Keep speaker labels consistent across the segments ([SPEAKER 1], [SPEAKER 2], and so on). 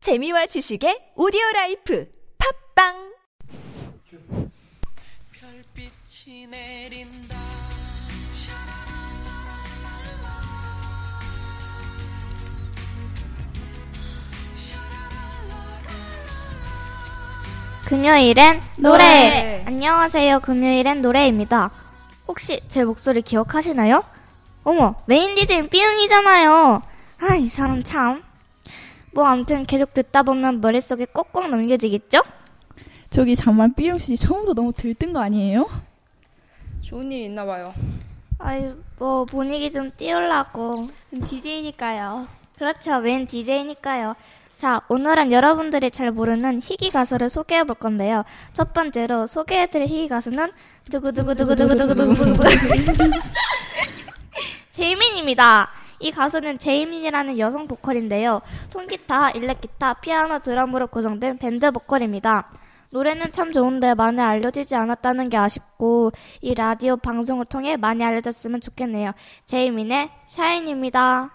[SPEAKER 1] 재미와 지식의 오디오 라이프 팝빵
[SPEAKER 2] 별빛이 내린다.
[SPEAKER 3] 금요일엔 노래.
[SPEAKER 4] 노래.
[SPEAKER 3] 안녕하세요. 금요일엔 노래입니다. 혹시 제 목소리 기억하시나요? 어머, 메인 디제인 삐용이잖아요. 아, 이 사람 참. 뭐 아무튼 계속 듣다 보면 머릿속에 꼭꼭 넘겨지겠죠?
[SPEAKER 5] 저기 잠만 삐용 씨 처음부터 너무 들뜬 거 아니에요?
[SPEAKER 4] 좋은 일 있나 봐요.
[SPEAKER 3] 아유, 뭐 분위기 좀 띄우려고.
[SPEAKER 4] DJ니까요.
[SPEAKER 3] 그렇죠. 웬 DJ니까요. 자, 오늘은 여러분들이 잘 모르는 희귀 가수를 소개해 볼 건데요. 첫 번째로 소개해 드릴 희귀 가수는 두구두구두구두구두구두구두구 제이민입니다. 이 가수는 제이민이라는 여성 보컬인데요. 통기타, 일렉기타, 피아노, 드럼으로 구성된 밴드 보컬입니다. 노래는 참 좋은데 많이 알려지지 않았다는 게 아쉽고 이 라디오 방송을 통해 많이 알려졌으면 좋겠네요. 제이민의 샤인입니다.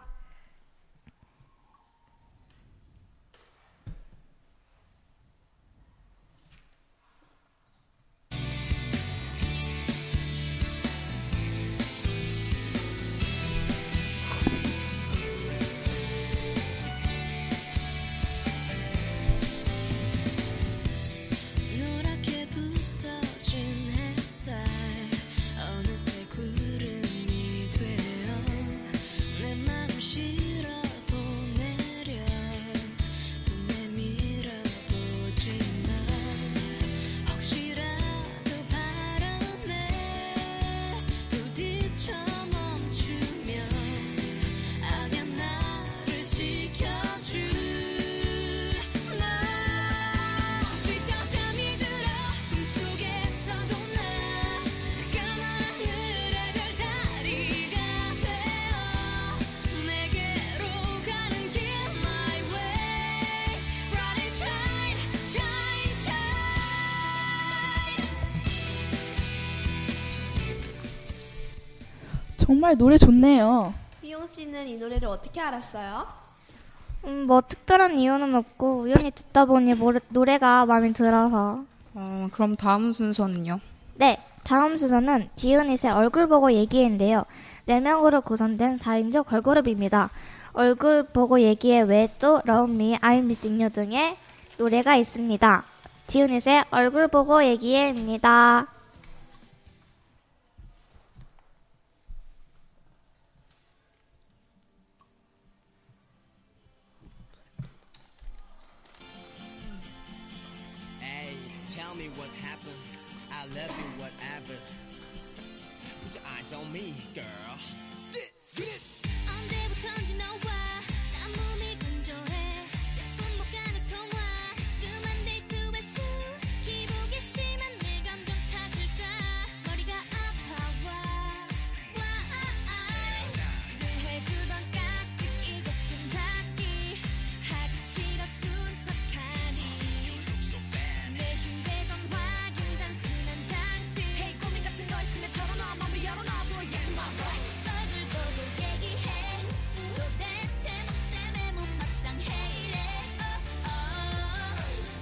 [SPEAKER 6] 노랗게 부서진 햇살 어느새 구름이 되어 내 맘 실어 보내려 손 내밀어 보지만 혹시라도 바람에 부딪혀 멈추면 아면 나를 지켜줄 나 지쳐 잠이 들어 꿈속에서도 나 까만 하늘의 별다리가 되어 내게로 가는 길 My way Bright and shine, shine, shine
[SPEAKER 5] 정말 노래 좋네요.
[SPEAKER 4] 희용 씨는 이 노래를 어떻게 알았어요?
[SPEAKER 3] 음, 뭐 특별한 이유는 없고 우연히 듣다 보니 모르- 노래가 마음에 들어서
[SPEAKER 4] 어, 그럼 다음 순서는요?
[SPEAKER 3] 네 다음 순서는 지유닛의 얼굴 보고 얘기인데요 4명으로 구성된 4인조 걸그룹입니다 얼굴 보고 얘기에 외에 또 Love Me, I'm Missing You 등의 노래가 있습니다 지유닛의 얼굴 보고 얘기해입니다
[SPEAKER 2] Hey, tell me what happened. I love you, whatever. Put your eyes on me, girl.
[SPEAKER 6] 언제부턴지 너와 나 몸이 건조해 약속 못 가는 통화 그만 데이트의 수 기복이 심한 내 감정 탓일까 머리가 아파와 늘 해주던 깍듯 이것은 닿기 하기 싫어 춘척하니 내 휴대전화긴 단순한 장식 Hey 고민 같은 거 있으면 털어놔 맘을 열어놔 Boy yes my right 얼굴 보고 얘기해 도대체 뭐 때문에 못마땅해 이래 Oh oh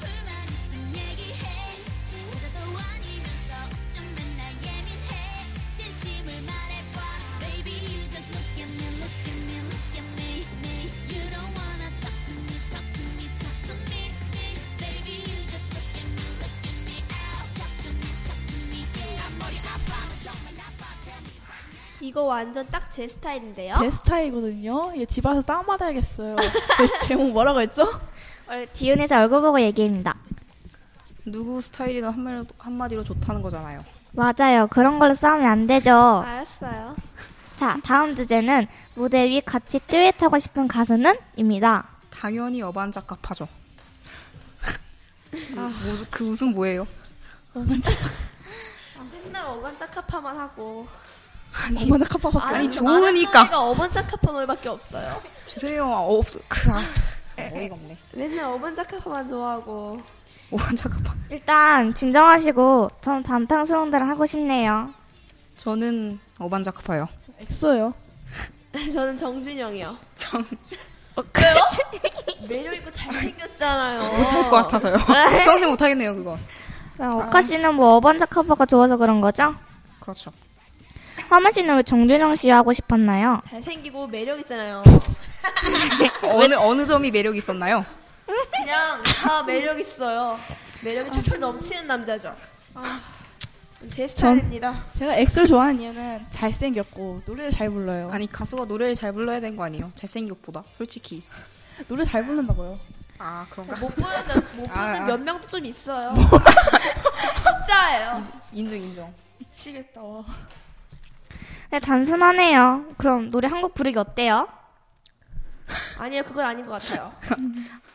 [SPEAKER 6] 불만 있음 얘기해 여자도 아니면서 어쩌면 나 예민해 진심을 말해봐 Baby you just look at me look at me look at me me You don't wanna talk to me talk to me talk to me me Baby you just look at me look at me out Talk to me talk to me yeah 앞머리 아파 정말 아파 tell me
[SPEAKER 7] 이거 완전 딱 제 스타일인데요.
[SPEAKER 5] 제 스타일이거든요. 이거 집 와서 다운받아야겠어요. 그 제목 뭐라고 했죠?
[SPEAKER 3] 얼- 지윤에서 얼굴 보고 얘기입니다
[SPEAKER 4] 누구 스타일이든 한마디로, 한마디로 좋다는 거잖아요.
[SPEAKER 3] 맞아요 그런 걸로 싸우면 안 되죠
[SPEAKER 7] 알았어요.
[SPEAKER 3] 자 다음 주제는 무대 위 같이 듀엣하고 싶은 가수는? 입니다
[SPEAKER 4] 당연히 여반작가파죠. 그, 뭐, 그 웃음 뭐예요?
[SPEAKER 7] 아, 맨날 어반짝카파만 하고.
[SPEAKER 4] 아니,
[SPEAKER 5] 어머나 카파가
[SPEAKER 4] 아니,
[SPEAKER 7] 그
[SPEAKER 4] 좋으니까.
[SPEAKER 7] 많은 사이가 어반짝카파 노래밖에 없어요.
[SPEAKER 4] 죄송해요. 아, 없, 그, 아, 진짜 어이가 없네.
[SPEAKER 7] 맨날 어반짝카파만 좋아하고.
[SPEAKER 4] 여반작가파.
[SPEAKER 3] 일단 진정하시고 전 반탕수용들 하고 싶네요.
[SPEAKER 4] 저는 어반작가파요.
[SPEAKER 5] 엑소요.
[SPEAKER 4] 어.
[SPEAKER 7] 저는 정준영이요.
[SPEAKER 4] 정,
[SPEAKER 7] 매력 있고 잘생겼잖아요.
[SPEAKER 4] 못할 것 같아서요. 평생 못하겠네요 그거.
[SPEAKER 3] 어, 오카 씨는 뭐 5번 자카파가 좋아서 그런 거죠?
[SPEAKER 4] 그렇죠.
[SPEAKER 3] 하마 씨는 왜 정준영 씨와 하고 싶었나요?
[SPEAKER 7] 잘생기고 매력 있잖아요.
[SPEAKER 4] 어느 어느 점이 매력이 있었나요?
[SPEAKER 7] 그냥 다 매력 있어요. 매력이 철철 넘치는 남자죠.
[SPEAKER 4] 아.
[SPEAKER 7] 제 스타일입니다.
[SPEAKER 5] 제가 엑소를 좋아하는 이유는 잘생겼고 노래를 잘 불러요.
[SPEAKER 4] 아니 가수가 노래를 잘 불러야 되는 거 아니에요? 잘생긴 것보다 솔직히.
[SPEAKER 5] 노래 잘 부른다고요.
[SPEAKER 4] 아 그런가?
[SPEAKER 7] 못 보는 못 보는
[SPEAKER 4] 아, 아.
[SPEAKER 7] 몇 명도 좀 있어요. 진짜예요.
[SPEAKER 4] 인정 인정.
[SPEAKER 5] 미치겠다.
[SPEAKER 3] 네, 단순하네요. 그럼 노래 한곡 부르기 어때요?
[SPEAKER 7] 아니요 그건 아닌 것 같아요.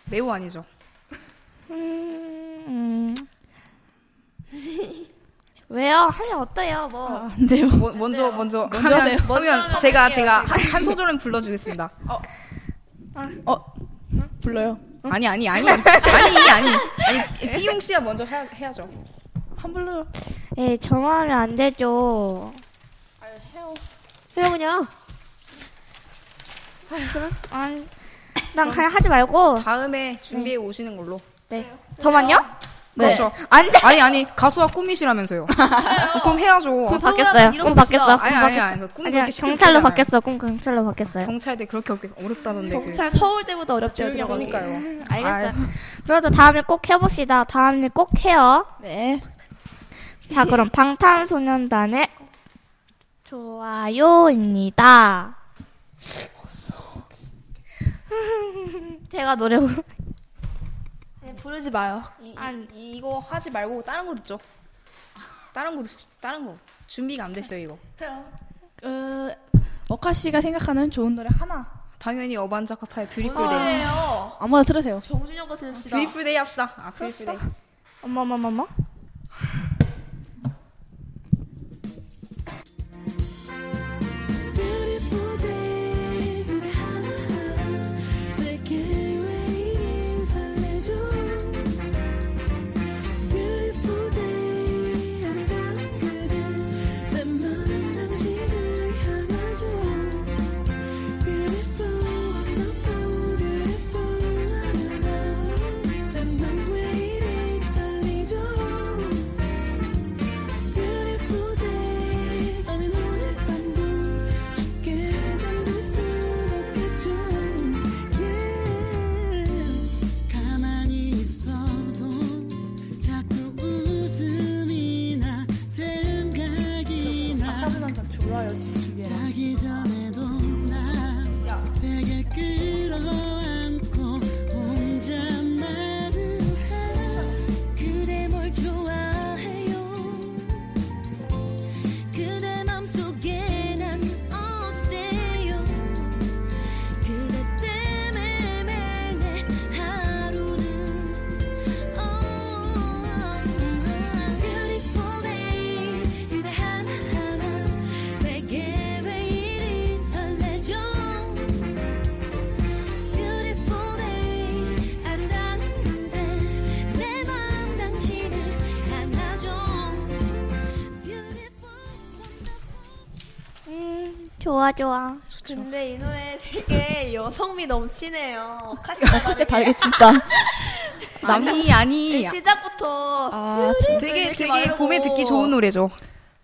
[SPEAKER 4] 매우 아니죠.
[SPEAKER 3] 음, 음. 왜요? 하면 어때요? 뭐
[SPEAKER 5] 아, 안 돼요.
[SPEAKER 4] 뭐, 먼저 먼저
[SPEAKER 5] 먼저
[SPEAKER 4] 하면
[SPEAKER 5] 돼요.
[SPEAKER 4] 하면
[SPEAKER 7] 하면
[SPEAKER 4] 제가
[SPEAKER 7] 할게요,
[SPEAKER 4] 제가 한, 한 소절은 불러주겠습니다.
[SPEAKER 5] 어 불러요.
[SPEAKER 4] 아니 아니 아니 아니 아니 아니 삐용 씨야 먼저 해야, 해야죠.
[SPEAKER 5] 한 불러요.
[SPEAKER 3] 예, 정하면 안 되죠.
[SPEAKER 7] 해요 그냥.
[SPEAKER 3] 아니, 난 그냥 하지 말고.
[SPEAKER 4] 다음에 준비해 오시는 걸로.
[SPEAKER 3] 네. 저만요?
[SPEAKER 4] 그렇죠.
[SPEAKER 3] 안 돼.
[SPEAKER 4] 아니 아니 가수와 꿈이시라면서요. 그럼 해야죠.
[SPEAKER 3] 꿈 바뀌었어요.
[SPEAKER 7] 이런
[SPEAKER 3] 꿈
[SPEAKER 7] 거
[SPEAKER 3] 바뀌었어.
[SPEAKER 4] 아니,
[SPEAKER 3] 꿈
[SPEAKER 4] 아니,
[SPEAKER 3] 바뀌었어.
[SPEAKER 4] 아니, 그꿈
[SPEAKER 3] 아니야,
[SPEAKER 4] 그렇게 쉽게
[SPEAKER 3] 경찰로
[SPEAKER 4] 풀잖아요.
[SPEAKER 3] 바뀌었어. 꿈 경찰로 바뀌었어요.
[SPEAKER 4] 경찰대 그렇게 어렵- 어렵다던데. 그.
[SPEAKER 7] 경찰 네, 서울대보다 어렵대요. 들어가기.
[SPEAKER 4] 그러니까요.
[SPEAKER 3] 알겠어. 요 아, 그래도 다음에 꼭 해봅시다. 다음에 꼭 해요.
[SPEAKER 5] 네.
[SPEAKER 4] 예.
[SPEAKER 3] 자, 그럼 방탄소년단의 좋아요입니다. 제가 노래 부르.
[SPEAKER 7] 네, 부르지 마요.
[SPEAKER 3] 안-
[SPEAKER 4] 이, 이거 하지 말고 다른 거 듣죠. 다른 거 듣- 다른 거 준비가 안 됐어요 이거.
[SPEAKER 5] 그 어카 씨가 생각하는 좋은 노래 하나
[SPEAKER 4] 당연히 어반자카파의 뷰티풀 데이.
[SPEAKER 7] 뭐예요?
[SPEAKER 5] 아무나 틀으세요.
[SPEAKER 7] 네. 정준영 거 들읍시다.
[SPEAKER 4] 뷰티풀 데이 합시다. 아 뷰티풀 데이.
[SPEAKER 3] 어머머머머.
[SPEAKER 6] 예, 가만히 있어도 자꾸 웃음이 나 생각이 나
[SPEAKER 5] 한번 좋아요 준비해라.
[SPEAKER 6] 자기 전에도 나 내게 끌어안고 혼자 말을 해 그대 뭘 좋아해요 그대 맘속에 난 어때요 그대 때문에 매일 내 하루는 Beautiful day 그대 하나하나 내게 왜 이리 설레죠 Beautiful day 아름다운 그대 내 마음 당신을 안아줘 Beautiful
[SPEAKER 3] 음, 좋아 좋아.
[SPEAKER 7] 근데 이 노래 되게 여성미 넘치네요. 어카스
[SPEAKER 4] 아,
[SPEAKER 5] 진짜 다르게 진짜.
[SPEAKER 4] 아니 아니.
[SPEAKER 7] 네, 시작부터
[SPEAKER 5] 아
[SPEAKER 4] 되게
[SPEAKER 7] 이렇게
[SPEAKER 4] 되게
[SPEAKER 7] 말하고.
[SPEAKER 4] 봄에 듣기 좋은 노래죠.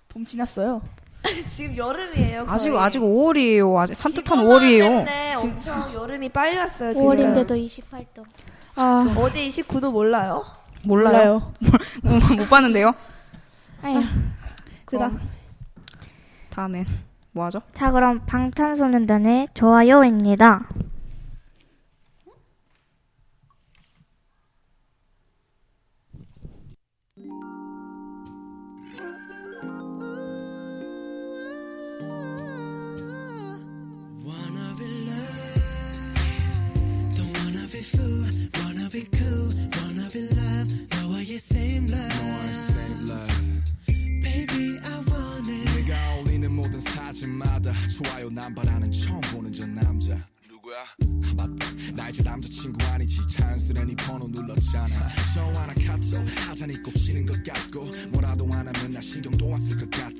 [SPEAKER 5] 봄 지났어요.
[SPEAKER 7] 지금 여름이에요. 거의.
[SPEAKER 4] 아직 아직 5월이에요. 아직 산뜻한
[SPEAKER 7] 지구온난
[SPEAKER 4] 5월이에요.
[SPEAKER 7] 때문에 엄청 여름이 빨리 왔어요. 지금.
[SPEAKER 3] 5월인데도 28도.
[SPEAKER 5] 아
[SPEAKER 7] 어제 29도 몰라요?
[SPEAKER 4] 어.
[SPEAKER 5] 몰라요.
[SPEAKER 4] 못- 못 봤는데요.
[SPEAKER 3] 아유.
[SPEAKER 5] 그다.
[SPEAKER 4] 다음엔 뭐 하죠?
[SPEAKER 3] 자, 그럼 방탄소년단의 좋아요입니다.
[SPEAKER 6] Wanna be loved, don't wanna be fooled. Wanna be cool, wanna be loved. 너와의 same love, baby I want it.
[SPEAKER 8] 내가 올리는 모든 사진마다 좋아요 난 바라는 처음 보는 저 남자 누구야? 아, 맞다 나 이제 남자친구 아니지 자연스레 네 번호 눌렀잖아 저와나 카톡 하자니 꼭 치는 것 같고 뭐라도 안 하면 나 신경도 안 쓸 것 같아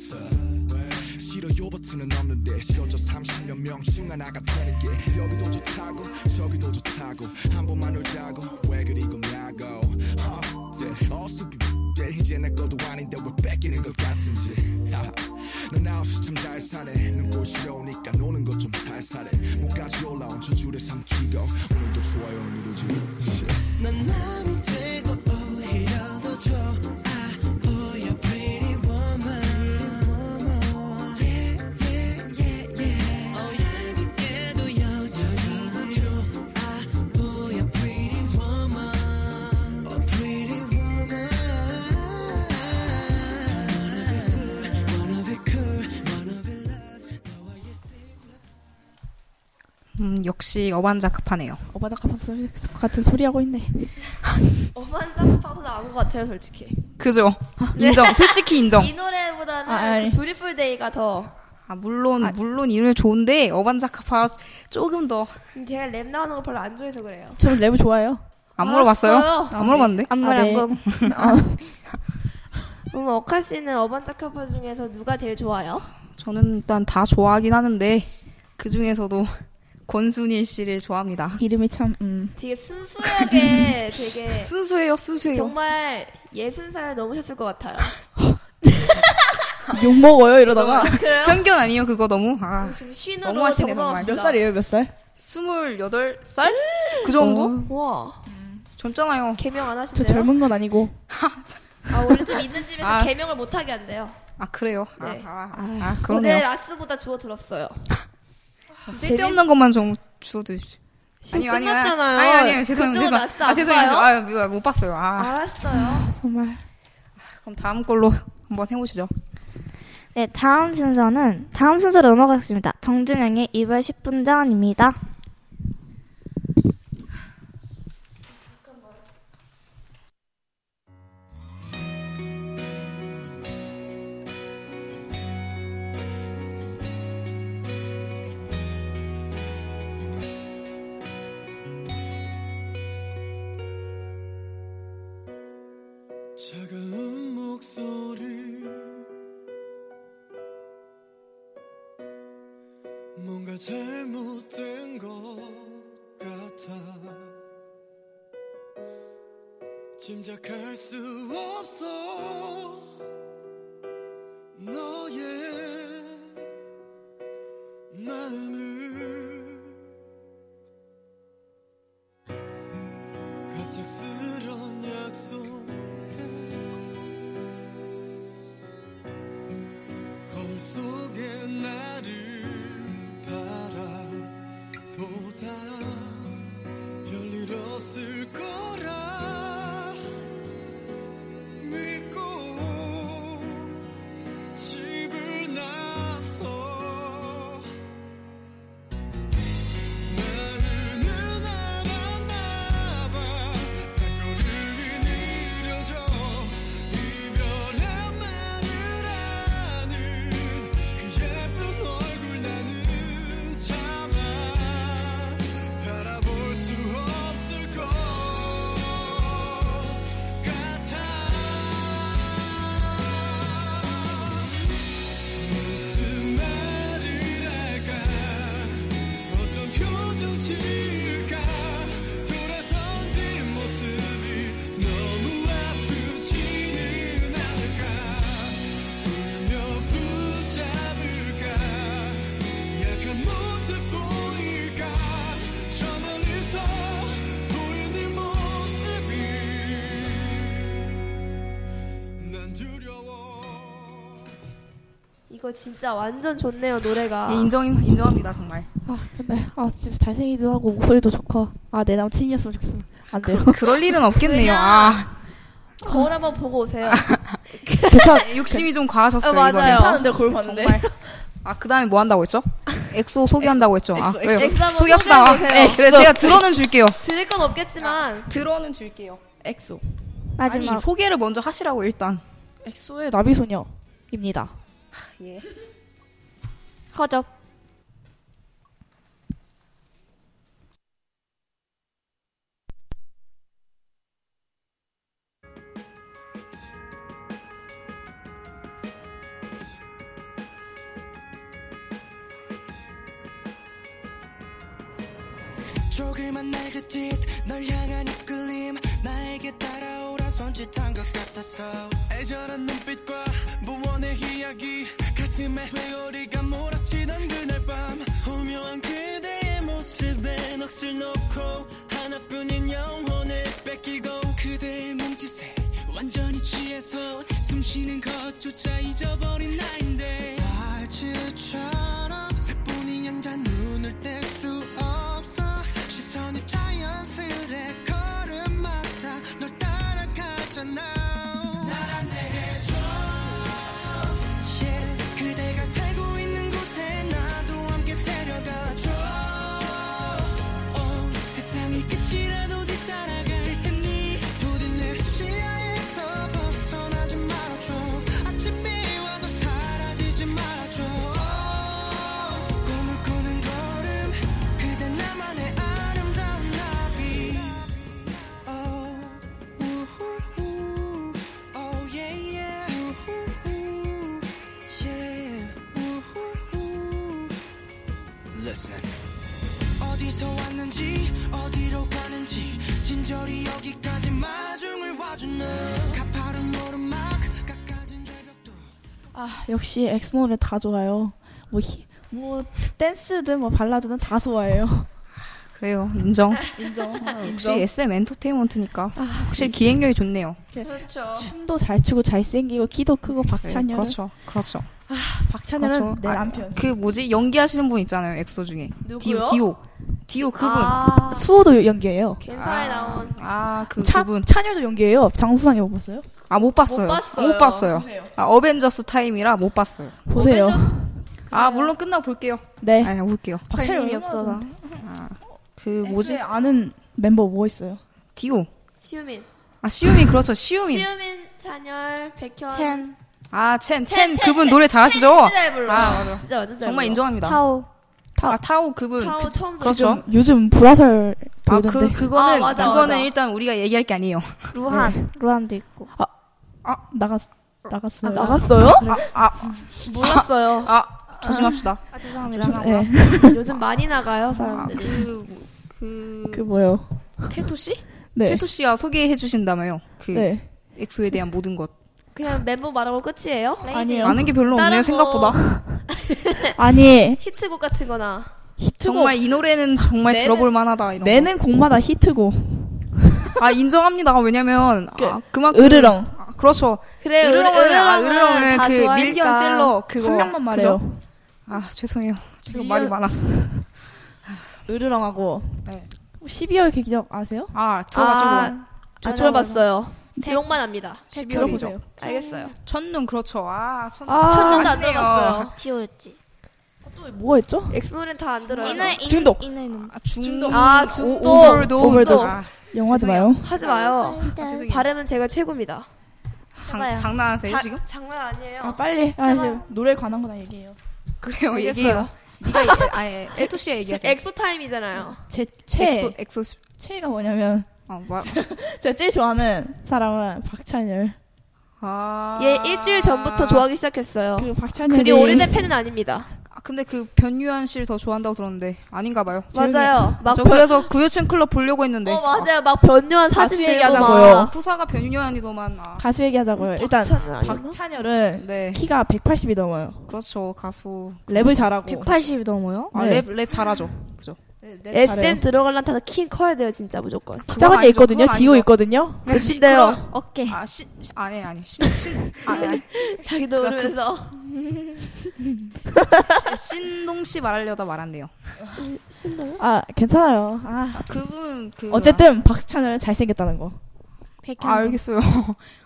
[SPEAKER 9] 길어 요 버튼은 없는데 실어져 30년 명칭 하나가 되는 게 여기도 좋다고 저기도 좋다고 한 번만 놀자고 왜 그리 겁나고 헛 어수비 이제 내 것도 아닌데 왜 뺏기는 것 같은지 하하. 넌 아홉시 참잘 사네 눈꽃이 오니까 노는 것 좀 살살해 목까지 올라온 저 줄에 삼키고 오늘도 좋아요 오늘도 지
[SPEAKER 10] 넌 마음이 되고 오히려 더 좋아 보여 pretty woman yeah yeah yeah yeah 어얄밉게도 여전히 좋아 보여 pretty woman oh pretty woman wanna be cool wanna be cool wanna be love 너와의
[SPEAKER 4] 음, 역시 어반자급하네요.
[SPEAKER 5] 어바다카 소리 같은 소리 하고 있네.
[SPEAKER 7] 어반자스 파도 나온 것 같아요, 솔직히.
[SPEAKER 4] 그죠? 인정. 솔직히 인정.
[SPEAKER 7] 이 노래보다는
[SPEAKER 5] 아, 아이.
[SPEAKER 7] 그 뷰티풀 데이가 더.
[SPEAKER 4] 아, 물론 물론 이 노래 좋은데 어반자카파 조금 더 안
[SPEAKER 7] 음, 제가 랩 나오는 걸 별로 안 좋아해서 그래요.
[SPEAKER 5] 저 랩을 좋아해요.
[SPEAKER 4] 물어봤어요?
[SPEAKER 7] 알았어요.
[SPEAKER 4] 안 물어봤는데?
[SPEAKER 3] 안무
[SPEAKER 5] 아, 네.
[SPEAKER 3] 안 고.
[SPEAKER 7] 그럼 어카 씨는 어반자카파 중에서 누가 제일 좋아요?
[SPEAKER 4] 저는 일단 다 좋아하긴 하는데 그 중에서도 권순일 씨를 좋아합니다.
[SPEAKER 5] 이름이 참 음.
[SPEAKER 7] 되게 순수하게 되게
[SPEAKER 4] 순수해요, 순수해요.
[SPEAKER 7] 정말 예순살 넘으셨을 것 같아요.
[SPEAKER 5] 욕 먹어요 이러다가
[SPEAKER 7] 그래요?
[SPEAKER 4] 편견 아니에요, 그거 너무? 아,
[SPEAKER 7] 지금 신으로
[SPEAKER 4] 너무하시네, 정말.
[SPEAKER 5] 몇
[SPEAKER 7] 정정합시다.
[SPEAKER 5] 살이에요 몇 살?
[SPEAKER 4] 28살? 그
[SPEAKER 5] 어.
[SPEAKER 4] 정도?
[SPEAKER 7] 와
[SPEAKER 4] 젊잖아요.
[SPEAKER 7] 개명 안
[SPEAKER 5] 저
[SPEAKER 7] 하신대요?
[SPEAKER 5] 젊은 건 아니고
[SPEAKER 7] 아 원래 좀 있는 집에서
[SPEAKER 4] 아.
[SPEAKER 7] 개명을 못 하게 한대요.
[SPEAKER 4] 아, 그래요?
[SPEAKER 7] 네.
[SPEAKER 4] 아, 아, 아, 아,
[SPEAKER 7] 어제
[SPEAKER 4] 그러네요. 아,
[SPEAKER 7] 라스보다 주워 들었어요.
[SPEAKER 4] 쓸데없는 것만 좀 주워드리죠.
[SPEAKER 7] 지금
[SPEAKER 4] 아니요, 아니요,
[SPEAKER 7] 끝났잖아요.
[SPEAKER 4] 아니, 아니요, 죄송해요,
[SPEAKER 7] 그쪽은
[SPEAKER 4] 죄송해요.
[SPEAKER 7] 라스
[SPEAKER 4] 아,
[SPEAKER 7] 안
[SPEAKER 4] 죄송해요.
[SPEAKER 7] 봐요?
[SPEAKER 4] 아, 미안, 못 봤어요. 아,
[SPEAKER 7] 알았어요.
[SPEAKER 5] 정말
[SPEAKER 4] 그럼 다음 걸로 한번 해보시죠. 예,
[SPEAKER 3] 네, 다음 순서는 다음 순서로 넘어가겠습니다. 정준영의 이별 10분 전입니다.
[SPEAKER 10] 차가운 목소리 뭔가 잘못된 것 같아 짐작할 수 없어 너의 마음을 갑작스런 약속에 거울 속에 나를 바라보다 별일 없을 거라 믿고 집을 나서 나는 알았나봐 발걸음이 느려져 이별의 말을 아는 그 예쁜 얼굴 나는 참아 바라볼 수 없을 것 같아 무슨 말을 할까 어떤 표정 지을까 돌아선 뒷모습이 너무 아프지는 않을까 울며 붙잡을까 약한 모습 보일까 저 멀리서 보이는 네 모습이 난 두려워
[SPEAKER 7] 이거 진짜 완전 좋네요 노래가.
[SPEAKER 4] 예, 인정, 인정합니다, 정말.
[SPEAKER 5] 아 근데 아 진짜 잘생기도 하고 목소리도 좋고 아 내 남친이었으면 좋겠어 안 돼요
[SPEAKER 4] 그럴 일은 없겠네요. 아,
[SPEAKER 7] 거울 한번 보고 오세요.
[SPEAKER 5] 괜찮
[SPEAKER 4] 욕심이 좀 과하셨어요,
[SPEAKER 7] 어, 맞아요. 네.
[SPEAKER 4] 이거는.
[SPEAKER 5] 괜찮은데 그걸 봤는데
[SPEAKER 4] 정말. 아, 그 다음에 뭐 한다고 했죠? 엑소 소개한다고 했죠? 아,
[SPEAKER 5] 엑소,
[SPEAKER 4] 그래요.
[SPEAKER 7] 엑소 한번
[SPEAKER 4] 소개합시다. 아,
[SPEAKER 7] 소개해보세요.
[SPEAKER 4] 네, 그래, 제가 들어는 줄게요.
[SPEAKER 7] 드릴 건 없겠지만
[SPEAKER 4] 들어는 줄게요.
[SPEAKER 5] 엑소
[SPEAKER 3] 마지막.
[SPEAKER 4] 아니, 소개를 먼저 하시라고, 일단.
[SPEAKER 5] 엑소의 나비소녀입니다
[SPEAKER 3] 허적.
[SPEAKER 6] 조금만 날 그짓 널 향한 이끌림 나에게 따라오라 손짓한 것 같아서 애절한 눈빛과 무언의 이야기 가슴에 회오리가 몰아치던 그날 밤 오묘한 그대의 모습에 넋을 놓고 하나뿐인 영혼을 뺏기고 그대의 몸짓에 완전히 취해서 숨쉬는 것조차 잊어버린 나인데 화질처럼 새뿐이 양자 눈을 뗄 수 없어 시선이 자연스레 걸음마다 널 따라가잖아 날 안내해줘 yeah. 그대가 살고 있는 곳에 나도 함께 데려가줘 oh. 세상이 끝이라도 뒤따라갈 테니 부디 내 시야에서 벗어나지 말아줘 아침비와도 사라지지 말아줘 oh. 꿈을 꾸는 걸음 그대 나만의 아름다운 나비 oh. 우후후. oh yeah yeah 우후후. yeah 우후후.
[SPEAKER 11] Listen.
[SPEAKER 6] 어디서 왔는지 어디로 가는지 진절이 여기까지 마중을 와주는 가파른 오르막 깎아진 절벽도
[SPEAKER 5] 아 역시 엑소 노래 다 좋아요. 뭐, 히- 뭐 댄스든 뭐 발라드든 다 좋아해요.
[SPEAKER 4] 그래요. 인정.
[SPEAKER 5] 인정.
[SPEAKER 4] 역시 SM 엔터테인먼트니까 확실히 기획력이 좋네요.
[SPEAKER 7] 그렇죠.
[SPEAKER 5] 춤도 잘 추고 잘생기고 키도 크고 박찬열.
[SPEAKER 4] 그렇죠. 그렇죠.
[SPEAKER 5] 박찬열은
[SPEAKER 4] 그렇죠.
[SPEAKER 5] 내
[SPEAKER 4] 아,
[SPEAKER 5] 남편.
[SPEAKER 4] 그 뭐지? 연기하시는 분 있잖아요. 엑소 중에.
[SPEAKER 7] 누구요?
[SPEAKER 4] 디오 디오. 디오 그분. 아,
[SPEAKER 7] 아,
[SPEAKER 5] 수호도 연기해요.
[SPEAKER 7] 괜사에 나온
[SPEAKER 4] 그,
[SPEAKER 5] 차,
[SPEAKER 4] 그분.
[SPEAKER 5] 찬열도 연기해요. 장수상에 못 봤어요?
[SPEAKER 4] 아, 못 봤어요.
[SPEAKER 7] 못 봤어요.
[SPEAKER 4] 못 봤어요. 아, 어벤져스 타임이라 못 봤어요.
[SPEAKER 5] 보세요.
[SPEAKER 4] 아, 물론 끝나고 볼게요.
[SPEAKER 5] 네.
[SPEAKER 4] 아, 볼게요.
[SPEAKER 5] 박찬열이
[SPEAKER 3] 관심이
[SPEAKER 5] 없어서.
[SPEAKER 3] 없어서.
[SPEAKER 4] 그
[SPEAKER 5] 네.
[SPEAKER 4] 뭐지?
[SPEAKER 5] 아는 멤버 뭐 있어요?
[SPEAKER 4] 디오.
[SPEAKER 7] 시우민.
[SPEAKER 4] 아, 시우민 그렇죠. 시우민.
[SPEAKER 7] 시우민, 찬열, 백현.
[SPEAKER 3] 첸,
[SPEAKER 4] 아, 첸.
[SPEAKER 7] 첸,
[SPEAKER 4] 첸,
[SPEAKER 7] 첸,
[SPEAKER 4] 그분
[SPEAKER 7] 첸.
[SPEAKER 4] 노래 잘하시죠?
[SPEAKER 7] 진짜 잘 불러.
[SPEAKER 4] 아, 맞아.
[SPEAKER 7] 진짜 완전 잘
[SPEAKER 4] 정말
[SPEAKER 7] 불러.
[SPEAKER 4] 인정합니다.
[SPEAKER 3] 타오.
[SPEAKER 4] 아, 타오 그분.
[SPEAKER 7] 타오 처음
[SPEAKER 4] 그렇죠.
[SPEAKER 7] 들었어요.
[SPEAKER 5] 요즘 불화설
[SPEAKER 4] 아,
[SPEAKER 5] 돌던데.
[SPEAKER 4] 그 그거는
[SPEAKER 7] 아, 맞아,
[SPEAKER 4] 그거는
[SPEAKER 7] 맞아.
[SPEAKER 4] 일단 우리가 얘기할 게 아니에요.
[SPEAKER 3] 루한, 루한도 있고.
[SPEAKER 5] 아, 나갔 나갔어요.
[SPEAKER 7] 아, 나갔어요?
[SPEAKER 4] 아, 아,
[SPEAKER 7] 몰랐어요.
[SPEAKER 4] 아 조심합시다.
[SPEAKER 3] 아, 죄송합니다.
[SPEAKER 5] 네.
[SPEAKER 7] 요즘 많이 나가요, 사람들이.
[SPEAKER 4] 그,
[SPEAKER 5] 그 뭐요?
[SPEAKER 4] 텔토 씨?
[SPEAKER 5] 네.
[SPEAKER 4] 텔토 씨가 소개해 주신다며요. 그
[SPEAKER 5] 네.
[SPEAKER 4] 엑소에 대한 모든 것.
[SPEAKER 7] 그냥 멤버 말하고 끝이에요?
[SPEAKER 3] 네.
[SPEAKER 5] 아니에요.
[SPEAKER 4] 아는 게 별로
[SPEAKER 7] 다른
[SPEAKER 4] 없네요
[SPEAKER 7] 뭐
[SPEAKER 4] 생각보다.
[SPEAKER 5] 아니
[SPEAKER 7] 히트곡 같은 거나.
[SPEAKER 5] 히트곡
[SPEAKER 4] 정말 이 노래는 정말
[SPEAKER 5] 내는-
[SPEAKER 4] 들어볼 만하다 이런.
[SPEAKER 5] 내는 곡마다 히트곡.
[SPEAKER 4] 거. 아 인정합니다. 왜냐면 아, 그만큼
[SPEAKER 5] 으르렁
[SPEAKER 4] 아, 그렇죠.
[SPEAKER 7] 그래, 네, 으르렁은,
[SPEAKER 4] 아,
[SPEAKER 7] 으르렁은
[SPEAKER 4] 으르렁은
[SPEAKER 7] 다
[SPEAKER 4] 그
[SPEAKER 7] 좋아하니까.
[SPEAKER 4] 밀리언 셀러 그거.
[SPEAKER 5] 한 명만
[SPEAKER 4] 그죠?
[SPEAKER 5] 말해요.
[SPEAKER 4] 아 죄송해요. 지금
[SPEAKER 5] 밀리언-
[SPEAKER 4] 말이 많아서.
[SPEAKER 5] 으르렁하고
[SPEAKER 4] 네.
[SPEAKER 5] 12월 계기적 아세요?
[SPEAKER 4] 아 들어봤죠.
[SPEAKER 7] 아,
[SPEAKER 4] 그건.
[SPEAKER 7] 안 들어봤어요.
[SPEAKER 4] 네.
[SPEAKER 7] 제목만 압니다.
[SPEAKER 5] 들어보세요.
[SPEAKER 7] 알겠어요.
[SPEAKER 4] 첫눈 그렇죠. 아 첫눈.
[SPEAKER 5] 아,
[SPEAKER 7] 첫눈도 안
[SPEAKER 4] 아, 아시네요.
[SPEAKER 7] 들어봤어요.
[SPEAKER 3] 디오였지.
[SPEAKER 5] 뭐였죠?
[SPEAKER 7] 엑소는 다 안 들어요.
[SPEAKER 3] 이노의 이-
[SPEAKER 5] 중독.
[SPEAKER 3] 이 노래 너무-
[SPEAKER 4] 아, 중독.
[SPEAKER 7] 아,
[SPEAKER 4] 오-
[SPEAKER 7] 중독.
[SPEAKER 4] 오버도스.
[SPEAKER 5] 오버도스.
[SPEAKER 4] 아,
[SPEAKER 5] 영화지
[SPEAKER 4] 죄송해요.
[SPEAKER 5] 마요.
[SPEAKER 7] 하지
[SPEAKER 3] 어,
[SPEAKER 7] 마요.
[SPEAKER 3] 아,
[SPEAKER 4] 죄송해요.
[SPEAKER 7] 발음은 제가 최고입니다.
[SPEAKER 4] 장,
[SPEAKER 3] 봐요.
[SPEAKER 4] 장난하세요
[SPEAKER 7] 자-
[SPEAKER 4] 지금?
[SPEAKER 7] 장난 아니에요.
[SPEAKER 5] 아 빨리 아 지금 노래 관한 거나 얘기해요.
[SPEAKER 4] 그래요
[SPEAKER 7] 알겠어요.
[SPEAKER 4] 얘기해요. 네가 얘기- 아예 엘토 씨가
[SPEAKER 7] 지금
[SPEAKER 4] 얘기하세요.
[SPEAKER 7] 엑소 타임이잖아요. 네.
[SPEAKER 5] 제최
[SPEAKER 4] 엑소 엑소 씨-
[SPEAKER 5] 최애가 뭐냐면
[SPEAKER 4] 아, 말,
[SPEAKER 5] 제가 제일 좋아하는 사람은 박찬열.
[SPEAKER 4] 아.
[SPEAKER 7] 얘 예, 일주일 전부터 좋아하기 시작했어요.
[SPEAKER 5] 그 박찬열이
[SPEAKER 7] 그리 오래된 팬은 아닙니다.
[SPEAKER 4] 아, 근데 그 변유한 씨를 더 좋아한다고 들었는데 아닌가 봐요.
[SPEAKER 7] 맞아요. 막
[SPEAKER 4] 저
[SPEAKER 7] 변-
[SPEAKER 4] 그래서 구여춘 클럽 보려고 했는데.
[SPEAKER 7] 어 맞아요. 막 변요한 사진
[SPEAKER 5] 가수
[SPEAKER 7] 들고
[SPEAKER 5] 얘기하자고요.
[SPEAKER 4] 아,
[SPEAKER 7] 막 네,
[SPEAKER 4] 후사가 변유한이더만. 아.
[SPEAKER 5] 가수 얘기하자고요. 일단 박찬열은
[SPEAKER 4] 네,
[SPEAKER 5] 키가 180이 넘어요.
[SPEAKER 4] 그렇죠 가수.
[SPEAKER 5] 랩을 잘하고
[SPEAKER 3] 180이 넘어요?
[SPEAKER 4] 아,
[SPEAKER 5] 네.
[SPEAKER 4] 랩, 랩 잘하죠. 그죠.
[SPEAKER 7] SM 들어가려면 다들 키 커야 돼요, 진짜 무조건.
[SPEAKER 5] 작은 애
[SPEAKER 4] 아니죠,
[SPEAKER 5] 있거든요.
[SPEAKER 4] 그건
[SPEAKER 5] 디오
[SPEAKER 4] 아니죠.
[SPEAKER 5] 있거든요.
[SPEAKER 7] 네, 몇인데요?
[SPEAKER 3] 어깨.
[SPEAKER 4] 아, 시, 시 아니 아니 신신 아니
[SPEAKER 7] 자기도 모르면서
[SPEAKER 4] 시- 신동 씨 말하려다 말았네요.
[SPEAKER 5] 아 괜찮아요. 아
[SPEAKER 4] 아, 그분 그
[SPEAKER 5] 어쨌든 박찬열은 잘생겼다는 거.
[SPEAKER 4] 아, 알겠어요.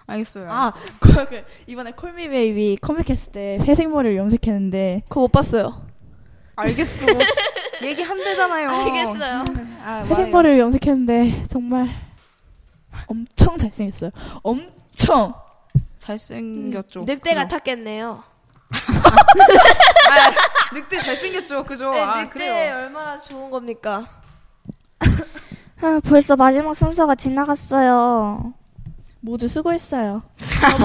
[SPEAKER 4] 알겠어요.
[SPEAKER 5] 아 그, 그, 이번에 콜미 베이비 컴백했을 때 회색 머리를 염색했는데
[SPEAKER 7] 그거 못 봤어요.
[SPEAKER 4] 알겠어. 얘기 한대잖아요.
[SPEAKER 7] 알겠어요.
[SPEAKER 4] 아,
[SPEAKER 5] 회색
[SPEAKER 4] 말해요.
[SPEAKER 5] 머리를 염색했는데 정말 엄청 잘생겼어요. 엄청
[SPEAKER 4] 잘생겼죠.
[SPEAKER 7] 늑대 같았겠네요.
[SPEAKER 4] 아, 늑대 잘생겼죠. 그죠?
[SPEAKER 7] 네,
[SPEAKER 4] 아,
[SPEAKER 7] 늑대
[SPEAKER 4] 그래요.
[SPEAKER 7] 얼마나 좋은 겁니까?
[SPEAKER 3] 아, 벌써 마지막 순서가 지나갔어요.
[SPEAKER 5] 모두 수고했어요.
[SPEAKER 7] 아,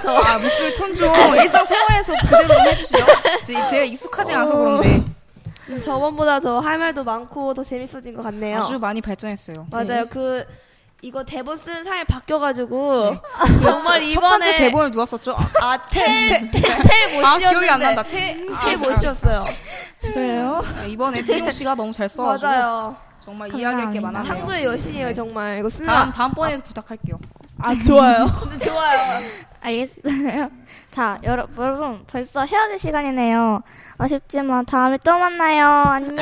[SPEAKER 7] 저
[SPEAKER 4] 아,
[SPEAKER 5] 어.
[SPEAKER 4] 목소리 톤 좀 일상생활에서 그대로 좀 해주시죠. 제- 제가 익숙하지 않아서 그런데.
[SPEAKER 7] 저번보다 더 할 말도 많고 더 재밌어진 것 같네요.
[SPEAKER 4] 아주 많이 발전했어요.
[SPEAKER 7] 맞아요. 그 이거 대본 쓰는 사람이 바뀌어가지고 정말
[SPEAKER 4] 첫 번째
[SPEAKER 7] 네. 이번에
[SPEAKER 4] 대본을 누가 썼죠? 아,
[SPEAKER 7] 아텔텔못
[SPEAKER 4] 아,
[SPEAKER 7] 씌웠는데 아.
[SPEAKER 4] 기억이 안 난다. 태,
[SPEAKER 7] 텔못 씌웠어요.
[SPEAKER 5] 진짜요?
[SPEAKER 4] 아, 이번에 태용 씨가 너무 잘 써가지고
[SPEAKER 7] 맞아요.
[SPEAKER 4] 정말 이야기할 게 많아요.
[SPEAKER 7] 창조의 여신이에요 정말 이거 쓰는
[SPEAKER 4] 다음 다음번에도 부탁할게요.
[SPEAKER 5] 아 좋아요.
[SPEAKER 7] 좋아요.
[SPEAKER 3] 알겠어요. 자, 여러, 여러분, 벌써 헤어질 시간이네요. 아쉽지만 다음에 또 만나요. 안녕.